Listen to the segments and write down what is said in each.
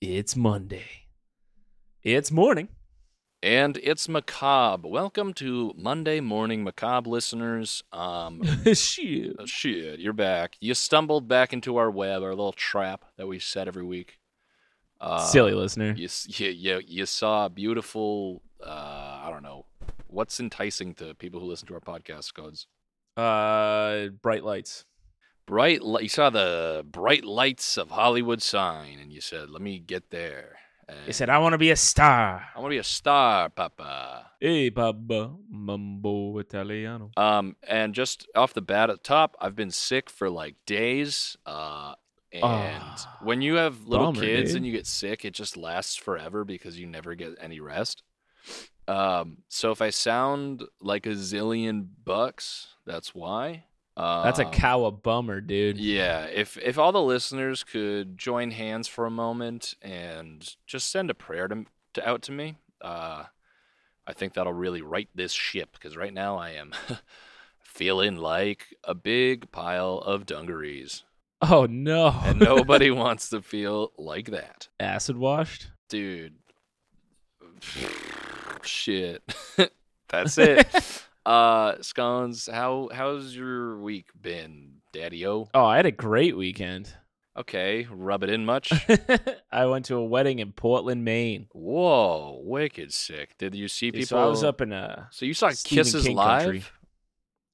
It's Monday. It's morning. And it's macabre. Welcome to Monday Morning Macabre listeners. Um, Shit. oh, shit, you're back. You stumbled back into our web, our little trap that we set every week. Uh, Silly listener. You, s- you, you, you saw a beautiful, uh, I don't know, what's enticing to people who listen to our podcast codes? Uh, bright lights. Bright, li- you saw the bright lights of Hollywood sign, and you said, let me get there. They And said, I want to be a star. I want to be a star, Papa. Hey, Papa. Mambo Italiano. Um, and just off the bat at the top, I've been sick for like days. Uh, and Ah, when you have little bummer, kids dude. and you get sick, it just lasts forever because you never get any rest. Um, so if I sound like a zillion bucks, that's why. Um, That's a cow a bummer, dude. yeah, if if all the listeners could join hands for a moment and just send a prayer to, to out to me, uh, I think that'll really right this ship. Because right now I am feeling like a big pile of dungarees, Oh, no. and nobody wants to feel like that, Acid washed? dude. Shit, that's it. uh, scones, how how's your week been, Daddy O? Oh, I had a great weekend. Okay, rub it in much. I went to a wedding in Portland, Maine. Whoa, wicked sick. Did you see people? So I was up in a. So you saw Stephen Kisses King live? country.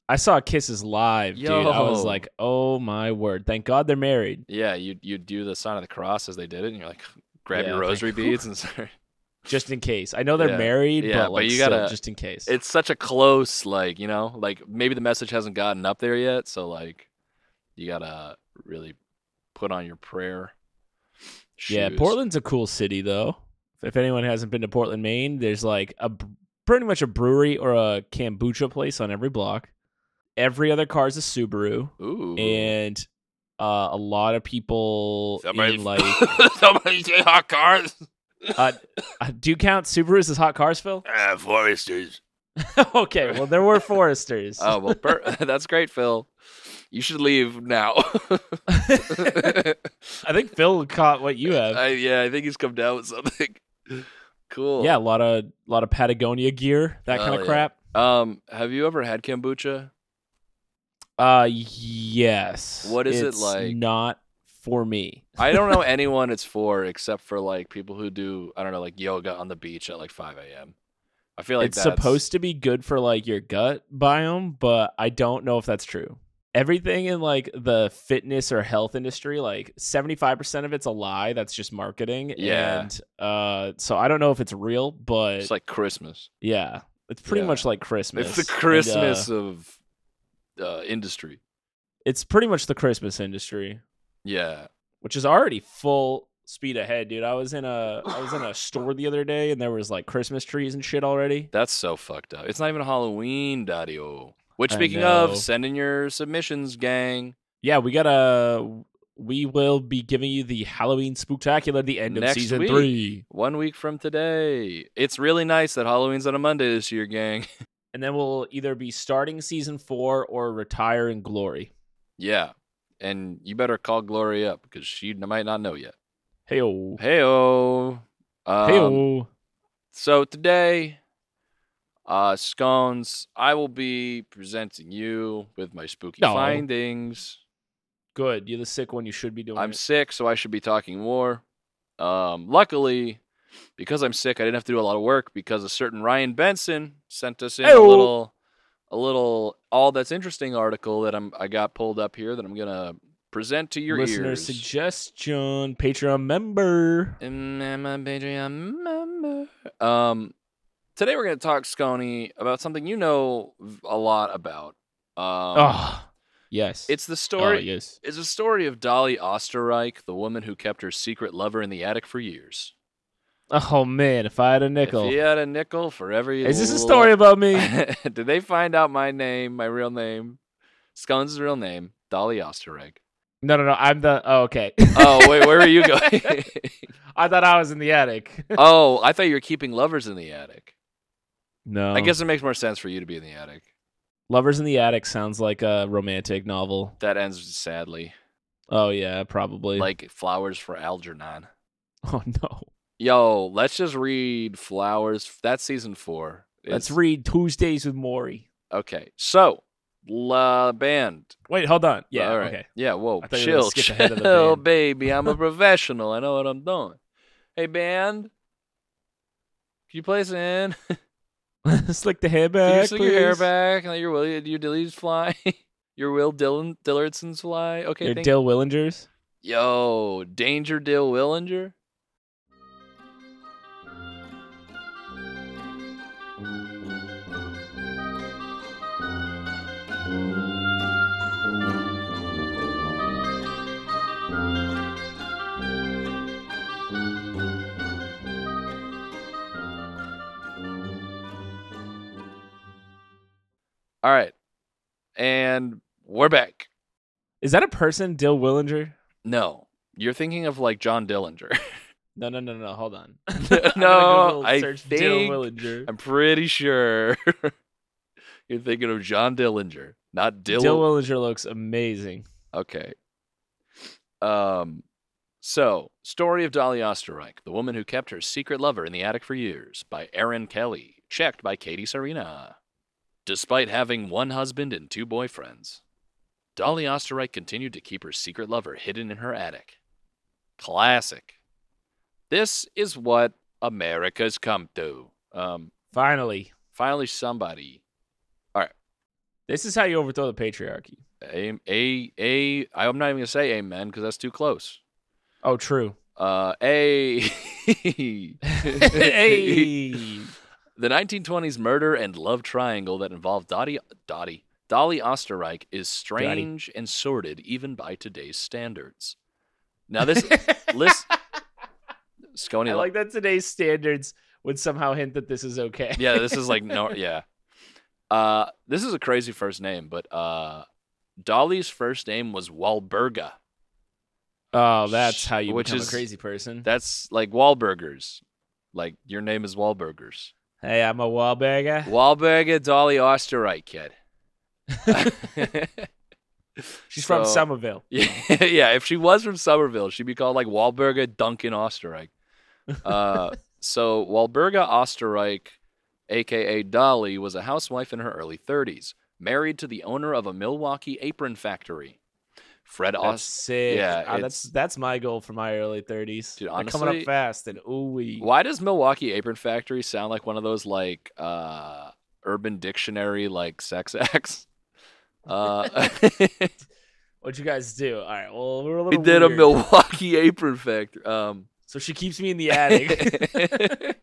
I saw Kisses live, dude. I was Yo. like, oh my word. Thank God they're married. Yeah, you you do the sign of the cross as they did it, and you're like, grab Yeah, your like, rosary beads and start. Just in case. I know they're Yeah. married, Yeah, but but like, you still, gotta- just in case. It's such a close, like you know, like maybe the message hasn't gotten up there yet. So like, you gotta really put on your prayer. Yeah, shoes. Portland's a cool city though. If anyone hasn't been to Portland, Maine, there's like a b- pretty much a brewery or a kombucha place on every block. Every other car is a Subaru, Ooh. and uh, a lot of people Somebody- in like. somebody say hot cars. Uh, uh, do you count Subarus as hot cars, Phil? Uh, foresters. okay, well there were Foresters. Oh well, per- that's great, Phil. You should leave now. I think Phil caught what you have. I, yeah, I think he's come down with something. cool. yeah, a lot of lot of Patagonia gear, that kind Hell of Oh, yeah. crap. Um, have you ever had kombucha? Uh, yes. What is it It's like? Not for me. I don't know anyone it's for except for like people who do I don't know like yoga on the beach at like 5 a.m. I feel like it's that's, supposed to be good for like your gut biome, but I don't know if that's true. Everything in like the fitness or health industry, like 75% of it's a lie. That's just marketing. Yeah. And uh, so I don't know if it's real, but It's like Christmas. yeah, it's pretty Yeah. much like Christmas. It's the And, uh, Christmas of uh, industry. it's pretty much the Christmas industry. Yeah. which is already full speed ahead, dude. I was in a I was in a store the other day and there was like Christmas trees and shit already. That's so fucked up. It's not even Halloween, Daddy-o. Which I speaking know. of, send in your submissions, gang. Yeah, we gotta we will be giving you the Halloween spooktacular, the end of Next season week. three. One week from today. It's really nice that Halloween's on a Monday this year, gang. And then we'll either be starting season four or retire in glory. Yeah. And you better call Glory up because she n- might not know yet. Hey oh. Hey oh. Hey oh. So today, uh scones, I will be presenting you with my spooky No. findings. Good. You're the sick one. You should be doing I'm it. sick, so I should be talking more. Um luckily, because I'm sick, I didn't have to do a lot of work because a certain Ryan Benson sent us in a Hey-o. little a little all that's interesting article that I'm I got pulled up here that I'm gonna present to your Listener ears. suggestion, Patreon member. Mm, I'm a Patreon member. Um, today we're going to talk, Scony, about something you know v- a lot about. Um, Ah, yes. It's Oh, the story. yes. It's a story of Dolly Osterreich, the woman who kept her secret lover in the attic for years. Oh man, if I had a nickel. If he had a nickel for every. Is this a little- story about me? Did they find out my name, my real name? Scones' real name, Dolly Osterreich. No, no, no. I'm the. Oh, okay. Oh wait, where are you going? I thought I was in the attic. oh, I thought you were keeping lovers in the attic. No. I guess it makes more sense for you to be in the attic. Lovers in the Attic sounds like a romantic novel. That ends sadly. Oh, yeah, probably. Like flowers for Algernon. Oh no. Yo, let's just read Flowers. That's season four. Let's It's- read Tuesdays with Maury. Okay, so La Band. Wait, hold on. Yeah, all right. okay. Yeah, whoa, I thought you were chill, gonna skip ahead of the chill, band. baby. I'm a professional. I know what I'm doing. Hey, band, can you play us in? Slick the hair Can back. you slick your hair please? back and let your will your Dillies fly? your Will Dillon Dillardsons fly? Okay, Your thank Dill Willingers. Yo, Danger Dill Willinger. All right. And we're back. Is that a person, Dill Willinger? No, you're thinking of like John Dillinger. No, no, no, no. Hold on. No, Google I search think- Dill Willinger. I'm pretty sure you're thinking of John Dillinger, not Dill. Dill Willinger looks amazing. okay. Um. So, story of Dolly Osterreich, the woman who kept her secret lover in the attic for years, by Aaron Kelly, checked by Katie Serena. Despite having one husband and two boyfriends, Dolly Osterreich continued to keep her secret lover hidden in her attic. Classic. This is what America's come to. Um, Finally, finally somebody this is how you overthrow the patriarchy. a a a i'm not even gonna say amen because that's too close Oh, true. uh a hey. the 1920s murder and love triangle that involved Dottie, Dottie, Dolly Osterreich is strange and sordid even by today's standards. Now this list Scony I like that today's standards would somehow hint that this is okay. yeah, this is like no, yeah. Uh, this is a crazy first name, but uh, Dolly's first name was Walburga. Oh, that's how you Which become is- a crazy person. That's like Wahlburgers. Like your name is Wahlburgers. hey, I'm a Wahlberger. Wahlburger Dolly Osterreich kid. She's from So- Somerville. Yeah, yeah. If she was from Somerville, she'd be called like Wahlburger Duncan Osterreich. Uh, so Wahlburger Osterreich, aka Dolly, was a housewife in her early 30s, married to the owner of a Milwaukee apron factory. Fred That's Oster. sick. yeah, Ah, that's it's- that's my goal for my early 30s. Dude, They're coming honestly- up fast and ooh wee. Why does Milwaukee Apron Factory sound like one of those like uh, Urban Dictionary like sex acts? Uh, What'd you guys do? All right, well we're a we little. Uh, did a weird. Milwaukee Apron Factory. Um, So she keeps me in the attic.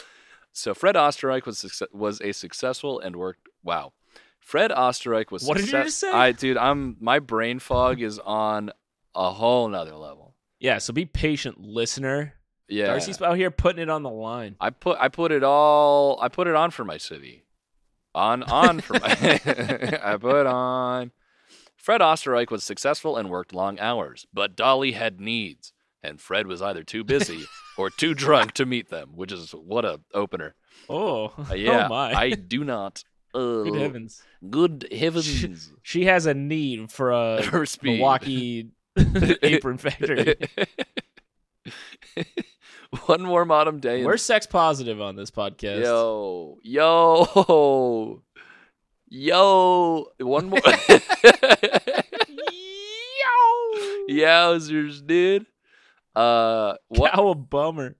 so Fred Osterreich was succe- was a successful and worked. Wow, Fred Osterreich was. What did you success- just say? I dude, I'm my brain fog is on a whole nother level. yeah. So be patient, listener. Yeah, Darcy's out here putting it on the line. I put I put it all I put it on for my city. On on for my I put on. Fred Osterreich was successful and worked long hours, but Dolly had needs, and Fred was either too busy or too drunk to meet them, which is what a opener. Oh, Uh, yeah, oh my! I do not. Uh, Good heavens! Good heavens. She has a need for a Her speed. Milwaukee apron factory. One warm autumn day. in We're sex positive on this podcast. Yo, yo, yo. One more. Yo! Yowzers, dude. Uh, what, How a bummer.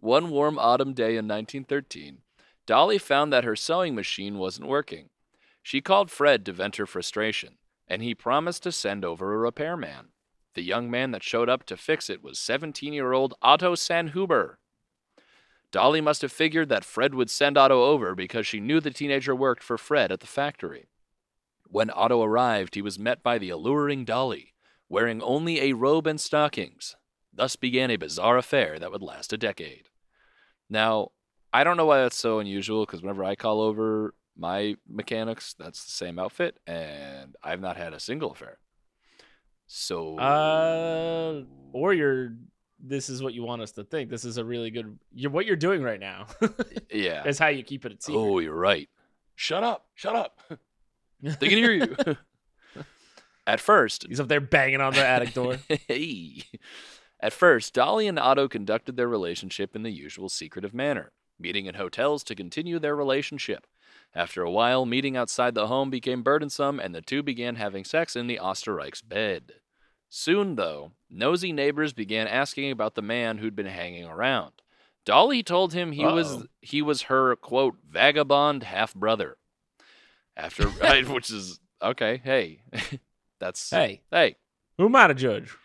one warm autumn day in 1913, Dolly found that her sewing machine wasn't working. She called Fred to vent her frustration, and he promised to send over a repairman. The young man that showed up to fix it was 17 year old Otto Sanhuber. Dolly must have figured that Fred would send Otto over because she knew the teenager worked for Fred at the factory. When Otto arrived, he was met by the alluring Dolly, wearing only a robe and stockings. Thus began a bizarre affair that would last a decade. Now, I don't know why that's so unusual because whenever I call over my mechanics, that's the same outfit, and I've not had a single affair. So, Uh, or you're. This is what you want us to think. This is a really good. You're what you're doing right now. yeah. That's how you keep it a secret. Oh, you're right. Shut up. Shut up. They can hear you. At first, He's up there banging on the attic door. hey. At first, Dolly and Otto conducted their relationship in the usual secretive manner, meeting in hotels to continue their relationship. After a while, meeting outside the home became burdensome, and the two began having sex in the Osterreich's bed. Soon, though, nosy neighbors began asking about the man who'd been hanging around. Dolly told him he was Uh-oh. he was her quote vagabond half brother. After I- which is okay, hey, that's Hey, hey, who am I to judge?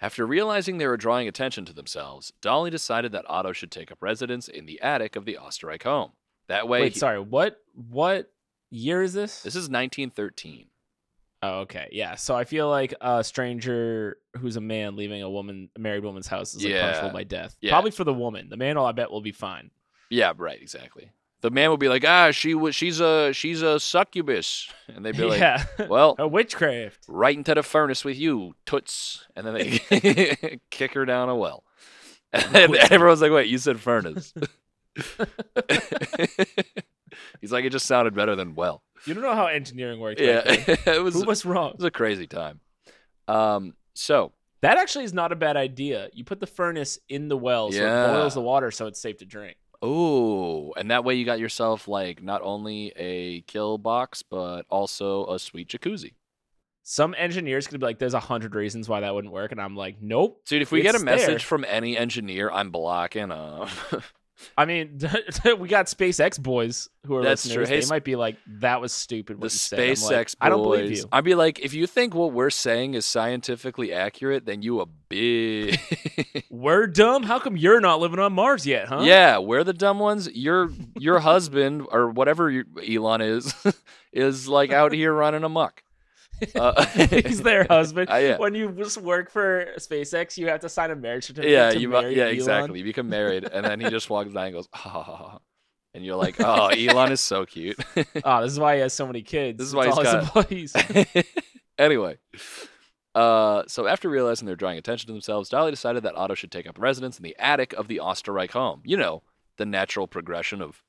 after realizing they were drawing attention to themselves, Dolly decided that Otto should take up residence in the attic of the Osterreich home. That way, Wait, he- sorry. What what year is this? this is 1913. oh, okay. Yeah. So I feel like a stranger who's a man leaving a woman, a married woman's house, is like Yeah. punishable by death. Yeah. Probably for the woman. The man, I bet, will be fine. Yeah, right, exactly. The man would be like, "Ah, she was, she's a, she's a succubus," and they'd be like, yeah. "Well, a witchcraft. right into the furnace with you, toots," and then they kick her down a well. And everyone's like, "Wait, you said furnace?" He's like, "It just sounded better than well." You don't know how engineering works. Yeah, back then. it was Who was wrong? It was a crazy time. Um, so That actually is not a bad idea. You put the furnace in the well so Yeah. it boils the water so it's safe to drink. ooh, and that way you got yourself like not only a kill box but also a sweet jacuzzi. Some engineers could be like, there's a hundred reasons why that wouldn't work. And I'm like, nope. Dude, if we get a It's there. message from any engineer, I'm blocking them. I mean, we got SpaceX boys who are That's true. listeners. Hey, they sp- might be like, that was stupid. the What you said. I'm SpaceX like, boys. I don't believe you. I'd be like, if you think what we're saying is scientifically accurate, then you a big. We're dumb. How come you're not living on Mars yet, huh? Yeah, we're the dumb ones. Your your husband or whatever you, Elon is is like out here running amok. Uh, He's their husband. Uh, yeah. When you just work for SpaceX, you have to sign a marriage certificate. yeah, to you mu- marry yeah, Elon. exactly. You become married, and then he just walks by and goes, "Ah," and you're like, "Oh, Elon is so cute." Oh, this is why he has so many kids. This is It's why he's all his got- employees. anyway, uh, so after realizing they're drawing attention to themselves, Dolly decided that Otto should take up residence in the attic of the Osterreich home. You know, the natural progression of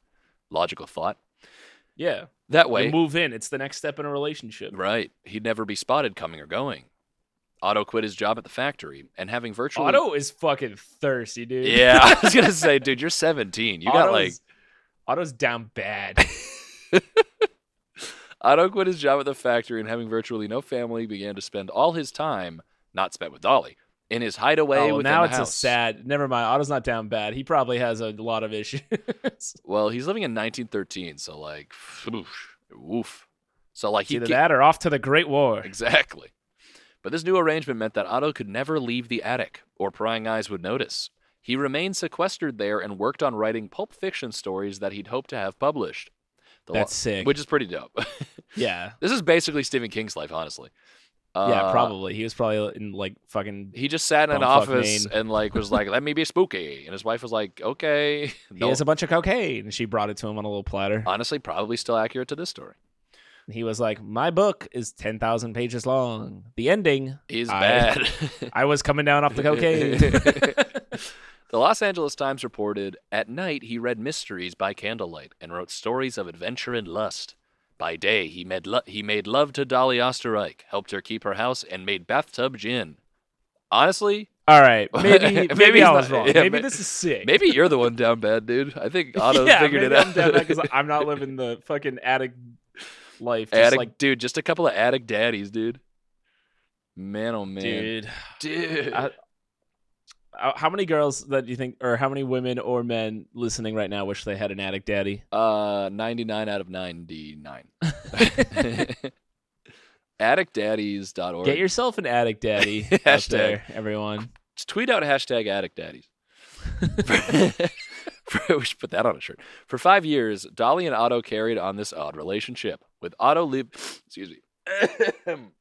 logical thought. yeah. That You way, move in. It's the next step in a relationship. right? He'd never be spotted coming or going. Otto quit his job at the factory, and having virtually Otto is fucking thirsty, dude. Yeah, I was gonna say, dude, you're 17. You got like Otto's- Otto's down bad. Oh, Otto quit his job at the factory and having virtually no family, began to spend all his time, not spent with Dolly, in his hideaway oh, well, within now the it's house. a sad. Never mind. Otto's not down bad. He probably has a lot of issues. Well, he's living in 1913, so like, woof. woof. So like, he Either ca- that or off to the Great War. exactly. But this new arrangement meant that Otto could never leave the attic, or prying eyes would notice. He remained sequestered there and worked on writing pulp fiction stories that he'd hoped to have published. The lo- That's sick. which is pretty dope. yeah. this is basically Stephen King's life, honestly. yeah, Uh, probably. He was probably in like fucking. He just sat in an Bumfuck office Maine. and like was like, "Let me be spooky," and his wife was like, "Okay." He No- has a bunch of cocaine. And she brought it to him on a little platter. honestly, probably still accurate to this story. And he was like, "My book is ten thousand pages long. The ending. He's I- bad. I was coming down off the cocaine." the Los Angeles Times reported at night he read mysteries by candlelight and wrote stories of adventure and lust. By day he made lo- he made love to Dolly Osterreich, helped her keep her house, and made bathtub gin. Honestly, All right, maybe Maybe maybe, he's I was not- wrong. yeah, maybe may- this is sick. maybe you're the one down bad, dude. I think Otto figured it maybe out. I'm down because I'm not living the fucking attic life. Just attic like, dude, just a couple of attic daddies, dude. Man, oh man, dude, dude. I- how how many girls that you think, or how many women or men listening right now wish they had an attic daddy? uh, ninety nine out of ninety nine. AtticDaddies.org. Get yourself an attic daddy. out Hashtag. there, everyone. Just tweet out hashtag Attic Daddies. For- we should put that on a shirt. For five years, Dolly and Otto carried on this odd relationship. With Otto live, excuse me.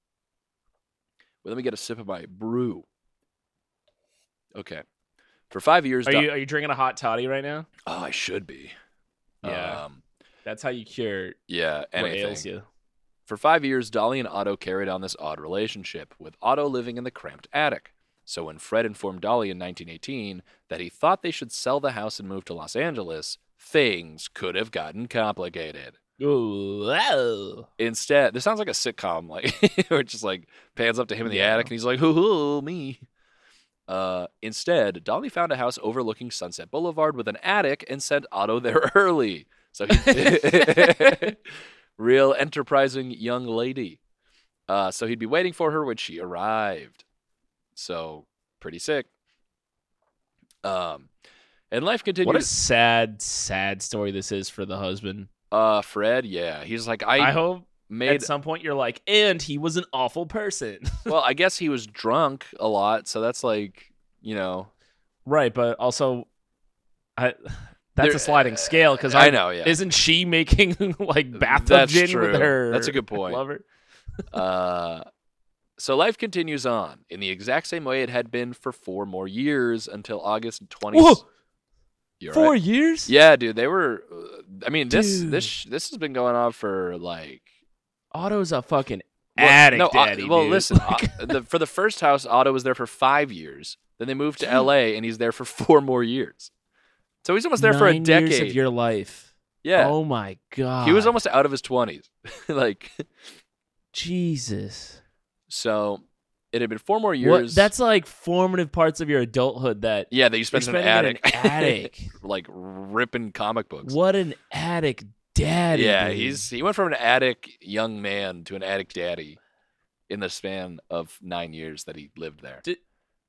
Well, let me get a sip of my brew. Okay. For five years, Are Do- you are you drinking a hot toddy right now? oh, I should be. Yeah. Um, That's how you cure yeah. what Anything. ails you. For five years, Dolly and Otto carried on this odd relationship, with Otto living in the cramped attic. So when Fred informed Dolly in 1918 that he thought they should sell the house and move to Los Angeles, things could have gotten complicated. Ooh, wow. Instead, this sounds like a sitcom, like where it just like pans up to him in the attic and he's like, "Hoo hoo, me." Uh, instead, Dolly found a house overlooking Sunset Boulevard with an attic and sent Otto there early. So he, real enterprising young lady. Uh, so he'd be waiting for her when she arrived. So pretty sick. Um, and life continues. What a sad, sad story this is for the husband. uh, Fred, yeah, he's like I, I hope made. at some point you're like, and he was an awful person. well, I guess he was drunk a lot, so that's like you know. right, but also, I that's There- uh, a sliding scale because I know, yeah. Isn't she making like bathtub That's gin true. with her? That's a good point. Lover. Uh, so life continues on in the exact same way it had been for four more years until August 20th. Whoa, You all four right? years? Yeah, dude, they were. uh, I mean, this Dude. this sh- this has been going on for like. Otto's a fucking well, addict. no, uh, daddy, well, dude. listen. Like- uh, the, for the first house, Otto was there for five years. Then they moved to L.A. and he's there for four more years. So he's almost there for a Nine years decade. of your life. yeah, Oh my god. he was almost out of his twenties. like Jesus. so, it had been four more What- years. That's like formative parts of your adulthood that yeah, that you you're spent in spending an in attic. an attic. like ripping comic books. What an addict daddy. yeah, dude. he's he went from an addict young man to an addict daddy in the span of nine years that he lived there. D-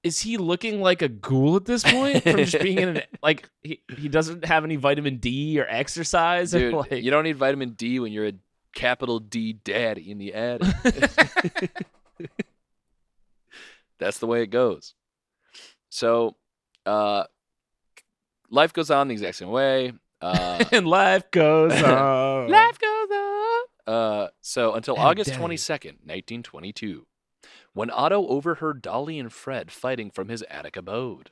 Is he looking like a ghoul at this point from just being in an like he, he doesn't have any vitamin D or exercise Dude, or like you don't need vitamin D when you're a capital D daddy in the attic. That's the way it goes. So, uh, life goes on the exact same way. Uh, and life goes on. Life goes on. Uh, so until And August day. 22nd, 1922, when Otto overheard Dolly and Fred fighting from his attic abode,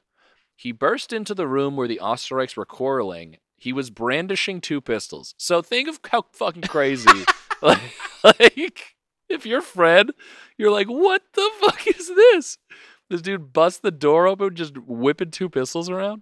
he burst into the room where the Osterreichs were quarreling. He was brandishing two pistols. So think of how fucking crazy. like, like, if you're Fred, you're like, what the fuck is this? This dude busts the door open, just whipping two pistols around.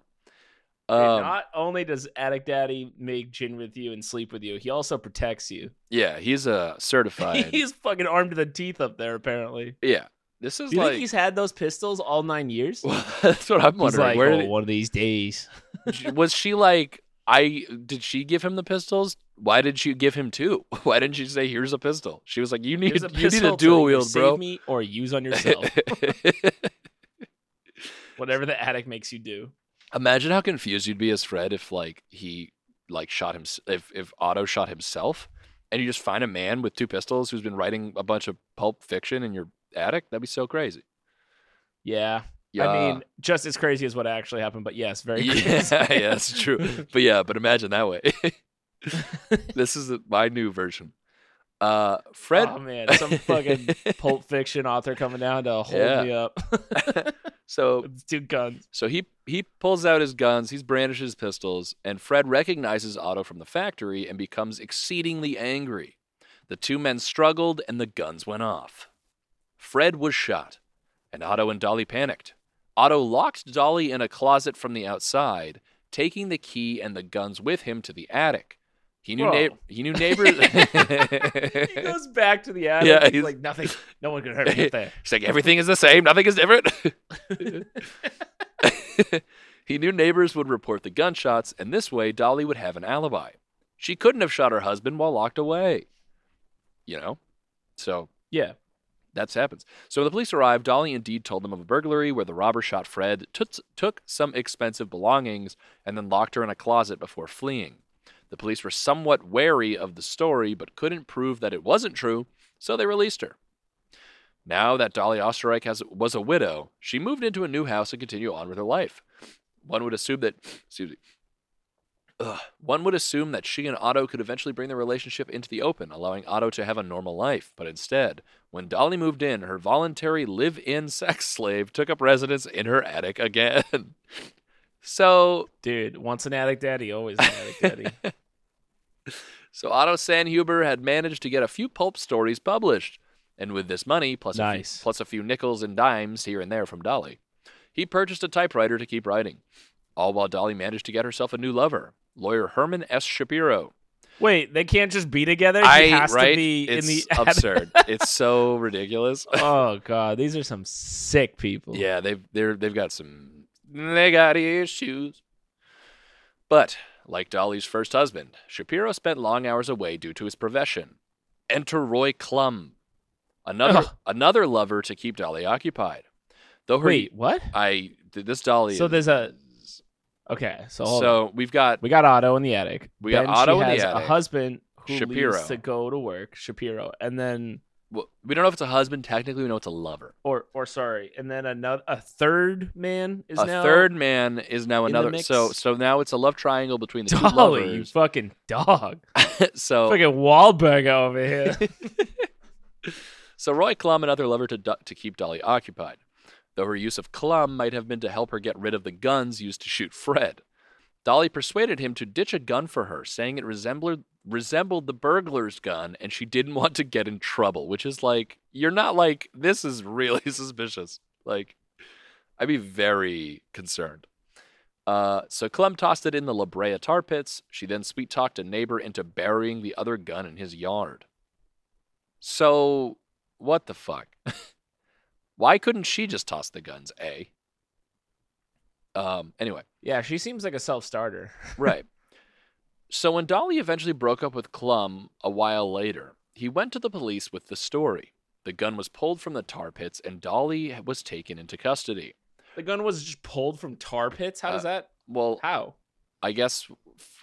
And Um, not only does addict daddy make gin with you and sleep with you, he also protects you. yeah, he's a certified. he's fucking armed to the teeth up there apparently. yeah, this is Do you like think he's had those pistols all 9 years? Well, that's what I'm He's wondering. like, Where "Oh, did one of these days. j- was she like? I did she give him the pistols? Why did she give him two? Why didn't she say, "Here's a pistol"? She was like, "You need, Here's a you need pistol to a dual either wield, save bro." me or use on yourself. Whatever the addict makes you do. Imagine how confused you'd be as Fred if like he like shot him if if Otto shot himself, and you just find a man with two pistols who's been writing a bunch of pulp fiction in your attic. That'd be so crazy. Yeah. Yeah. I mean, just as crazy as what actually happened, but yes, very yeah, crazy. yeah, that's true. But yeah, but imagine that way. this is my new version. Uh, Fred. Oh man, some fucking Pulp Fiction author coming down to hold Yeah. me up so with two guns. so he he pulls out his guns, he's brandishes his pistols, and Fred recognizes Otto from the factory and becomes exceedingly angry. The two men struggled and the guns went off. Fred was shot, and Otto and Dolly panicked. Otto locked Dolly in a closet from the outside, taking the key and the guns with him to the attic. He knew Whoa. neigh- he knew neighbors. He goes back to the attic. Yeah, he's, he's- like nothing. No one could hurt me up there. He's like, everything is the same, nothing is different. he knew neighbors would report the gunshots, and this way Dolly would have an alibi. She couldn't have shot her husband while locked away. You know? So Yeah. that's happens. So when the police arrived, Dolly indeed told them of a burglary where the robber shot Fred, took, took some expensive belongings, and then locked her in a closet before fleeing. The police were somewhat wary of the story, but couldn't prove that it wasn't true, so they released her. Now that Dolly Osterreich has, was a widow, she moved into a new house and continued on with her life. One would assume that, excuse me, Ugh. one would assume that she and Otto could eventually bring their relationship into the open, allowing Otto to have a normal life. But instead, when Dolly moved in, her voluntary live-in sex slave took up residence in her attic again. so, Dude, once an addict daddy, always an addict daddy. so Otto Sanhuber had managed to get a few pulp stories published, and with this money plus a Nice. few, plus a few nickels and dimes here and there from Dolly, he purchased a typewriter to keep writing. All while Dolly managed to get herself a new lover, lawyer Herman S. Shapiro. Wait, they can't just be together. He I has right? to be it's in the absurd. it's so ridiculous. oh god, these are some sick people. Yeah, they've they're they've got some they got issues. But like Dolly's first husband, Shapiro spent long hours away due to his profession. Enter Roy Klum, another Ugh. another lover to keep Dolly occupied. Though her, Wait, what? I th- this Dolly. So is- there's a- Okay, so hold on. so we've got we got Otto in the attic. We got Then Otto she in the has attic. A husband who Shapiro. leaves to go to work, Shapiro, and then well, we don't know if it's a husband. Technically, we know it's a lover. or or sorry, and then another a third man is a now third man is now in the another. mix. So so now it's a love triangle between the two Dolly, you lovers. Oh. fucking dog, so fucking Wahlberg over here. So Roy Klum, another lover to, to keep Dolly occupied, though her use of Klum might have been to help her get rid of the guns used to shoot Fred. Dolly persuaded him to ditch a gun for her, saying it resembled resembled the burglar's gun and she didn't want to get in trouble, which is like you're not like this is really suspicious. Like I'd be very concerned. Uh, so Clem tossed it in the La Brea tar pits. She then sweet talked a neighbor into burying the other gun in his yard. So what the fuck? Why couldn't she just toss the guns? A. Um. Anyway, yeah, she seems like a self starter. right. so when Dolly eventually broke up with Clum a while later, he went to the police with the story. The gun was pulled from the tar pits, and Dolly was taken into custody. The gun was just pulled from tar pits. How does Uh, that? Well, How? I guess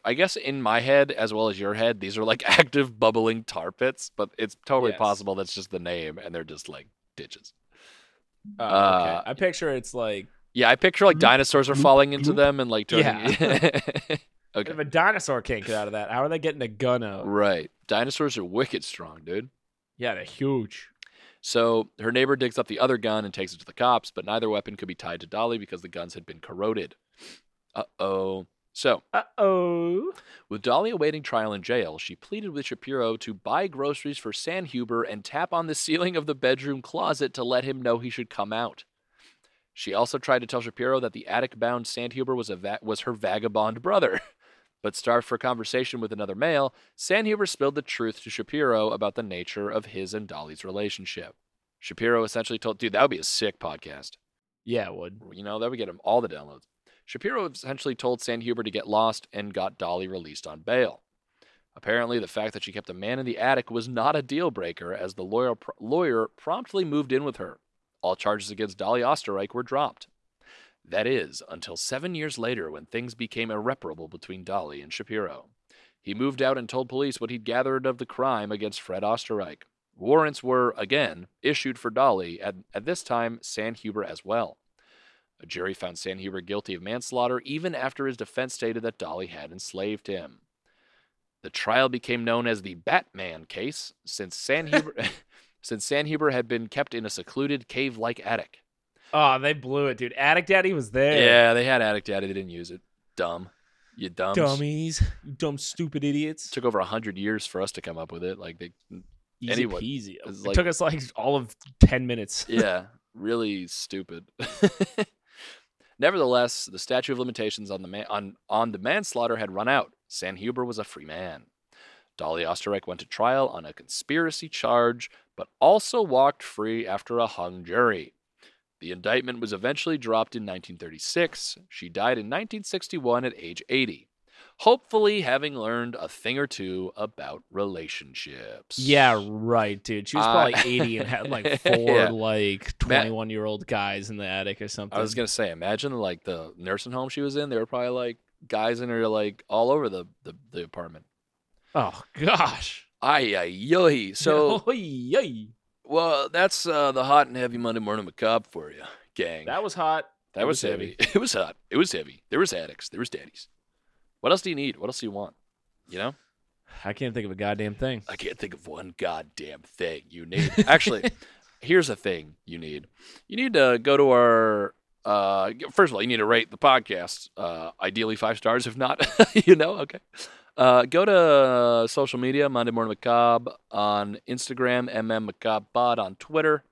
I guess in my head as well as your head, these are like active bubbling tar pits, but it's totally Yes. possible that's just the name and they're just like ditches. Oh, Uh, okay. I picture it's like Yeah, I picture like Bloop, dinosaurs are falling into bloop. them and like turning. if okay. a dinosaur can't get out of that, how are they getting a gun out? Right. Dinosaurs are wicked strong, dude. Yeah, they're huge. So her neighbor digs up the other gun and takes it to the cops, but neither weapon could be tied to Dolly because the guns had been corroded. Uh oh. So Uh oh. With Dolly awaiting trial in jail, she pleaded with Shapiro to buy groceries for Sanhuber and tap on the ceiling of the bedroom closet to let him know he should come out. She also tried to tell Shapiro that the attic-bound Sandhuber was a va- was her vagabond brother. But starved for conversation with another male, Sandhuber spilled the truth to Shapiro about the nature of his and Dolly's relationship. Shapiro essentially told, "Dude, that would be a sick podcast." Yeah, it would. You know, that would get him all the downloads. Shapiro essentially told Sandhuber to get lost and got Dolly released on bail. Apparently, the fact that she kept a man in the attic was not a deal breaker, as the lawyer, lawyer promptly moved in with her. All charges against Dolly Osterreich were dropped. That is, until seven years later when things became irreparable between Dolly and Shapiro. He moved out and told police what he'd gathered of the crime against Fred Osterreich. Warrants were, again, issued for Dolly, and at this time, Sandhuber as well. A jury found Sanhuber guilty of manslaughter even after his defense stated that Dolly had enslaved him. The trial became known as the Batman case since Sanhuber since Sanhuber had been kept in a secluded cave-like attic. Oh, they blew it, dude. Attic Daddy was there. Yeah, they had Addict Daddy, they didn't use it. Dumb. You dumb. Dummies. You dumb, stupid idiots. Took over 100 years for us to come up with it. Like they Easy anyone. peasy. It It's like- took us like all of 10 minutes. yeah, really stupid. Nevertheless, the statute of limitations on the man- on on the manslaughter had run out. Sanhuber was a free man. Dolly Osterreich went to trial on a conspiracy charge, but also walked free after a hung jury. The indictment was eventually dropped in 1936. She died in 1961 at age 80, hopefully having learned a thing or two about relationships. Yeah, right, dude. She was Uh, probably 80 and had like four yeah. like 21 year old guys in the attic or something. I was gonna say, imagine like the nursing home she was in. There were probably like guys in her like all over the the, the apartment. Oh, gosh. Ay ay yoy. So Oy-oy. well, that's uh, the hot and heavy Monday morning macabre for you, gang. that was hot. That was heavy. It was hot. It was heavy. There was addicts. There was daddies. What else do you need? What else do you want? You know, I can't think of a goddamn thing. I can't think of one goddamn thing you need. Actually, here's a thing you need. You need to go to our. Uh, first of all, you need to rate the podcast. Uh, ideally five stars. If not, you know, okay. Uh, go to social media, Monday Morning Macabre on Instagram, MM Macabre Pod on Twitter,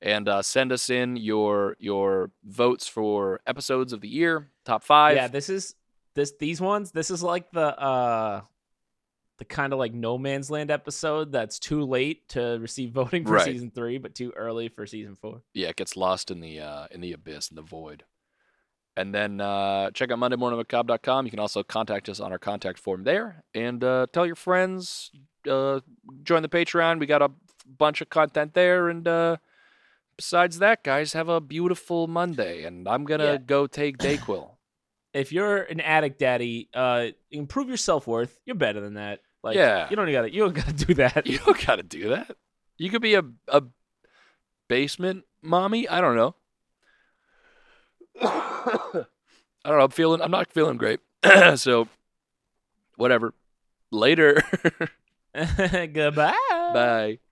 and uh, send us in your your votes for episodes of the year, top five. yeah, this is this these ones. This is like the uh the kind of like no man's land episode that's too late to receive voting for Right. season three, but too early for season four. yeah, it gets lost in the uh, in the abyss in the void. And then uh, check out mondaymorningmacabre.com. You can also contact us on our contact form there, and uh, tell your friends. Uh, join the Patreon. We got a bunch of content there, and uh, besides that, guys, have a beautiful Monday. And I'm gonna Yeah. go take Dayquil. If you're an addict daddy, uh, improve your self worth. You're better than that. Like, Yeah. you don't gotta, you don't gotta do that. you don't gotta do that. You could be a a basement mommy. I don't know. I don't know. I'm feeling. I'm not feeling great. so, whatever. Later. Goodbye. Bye.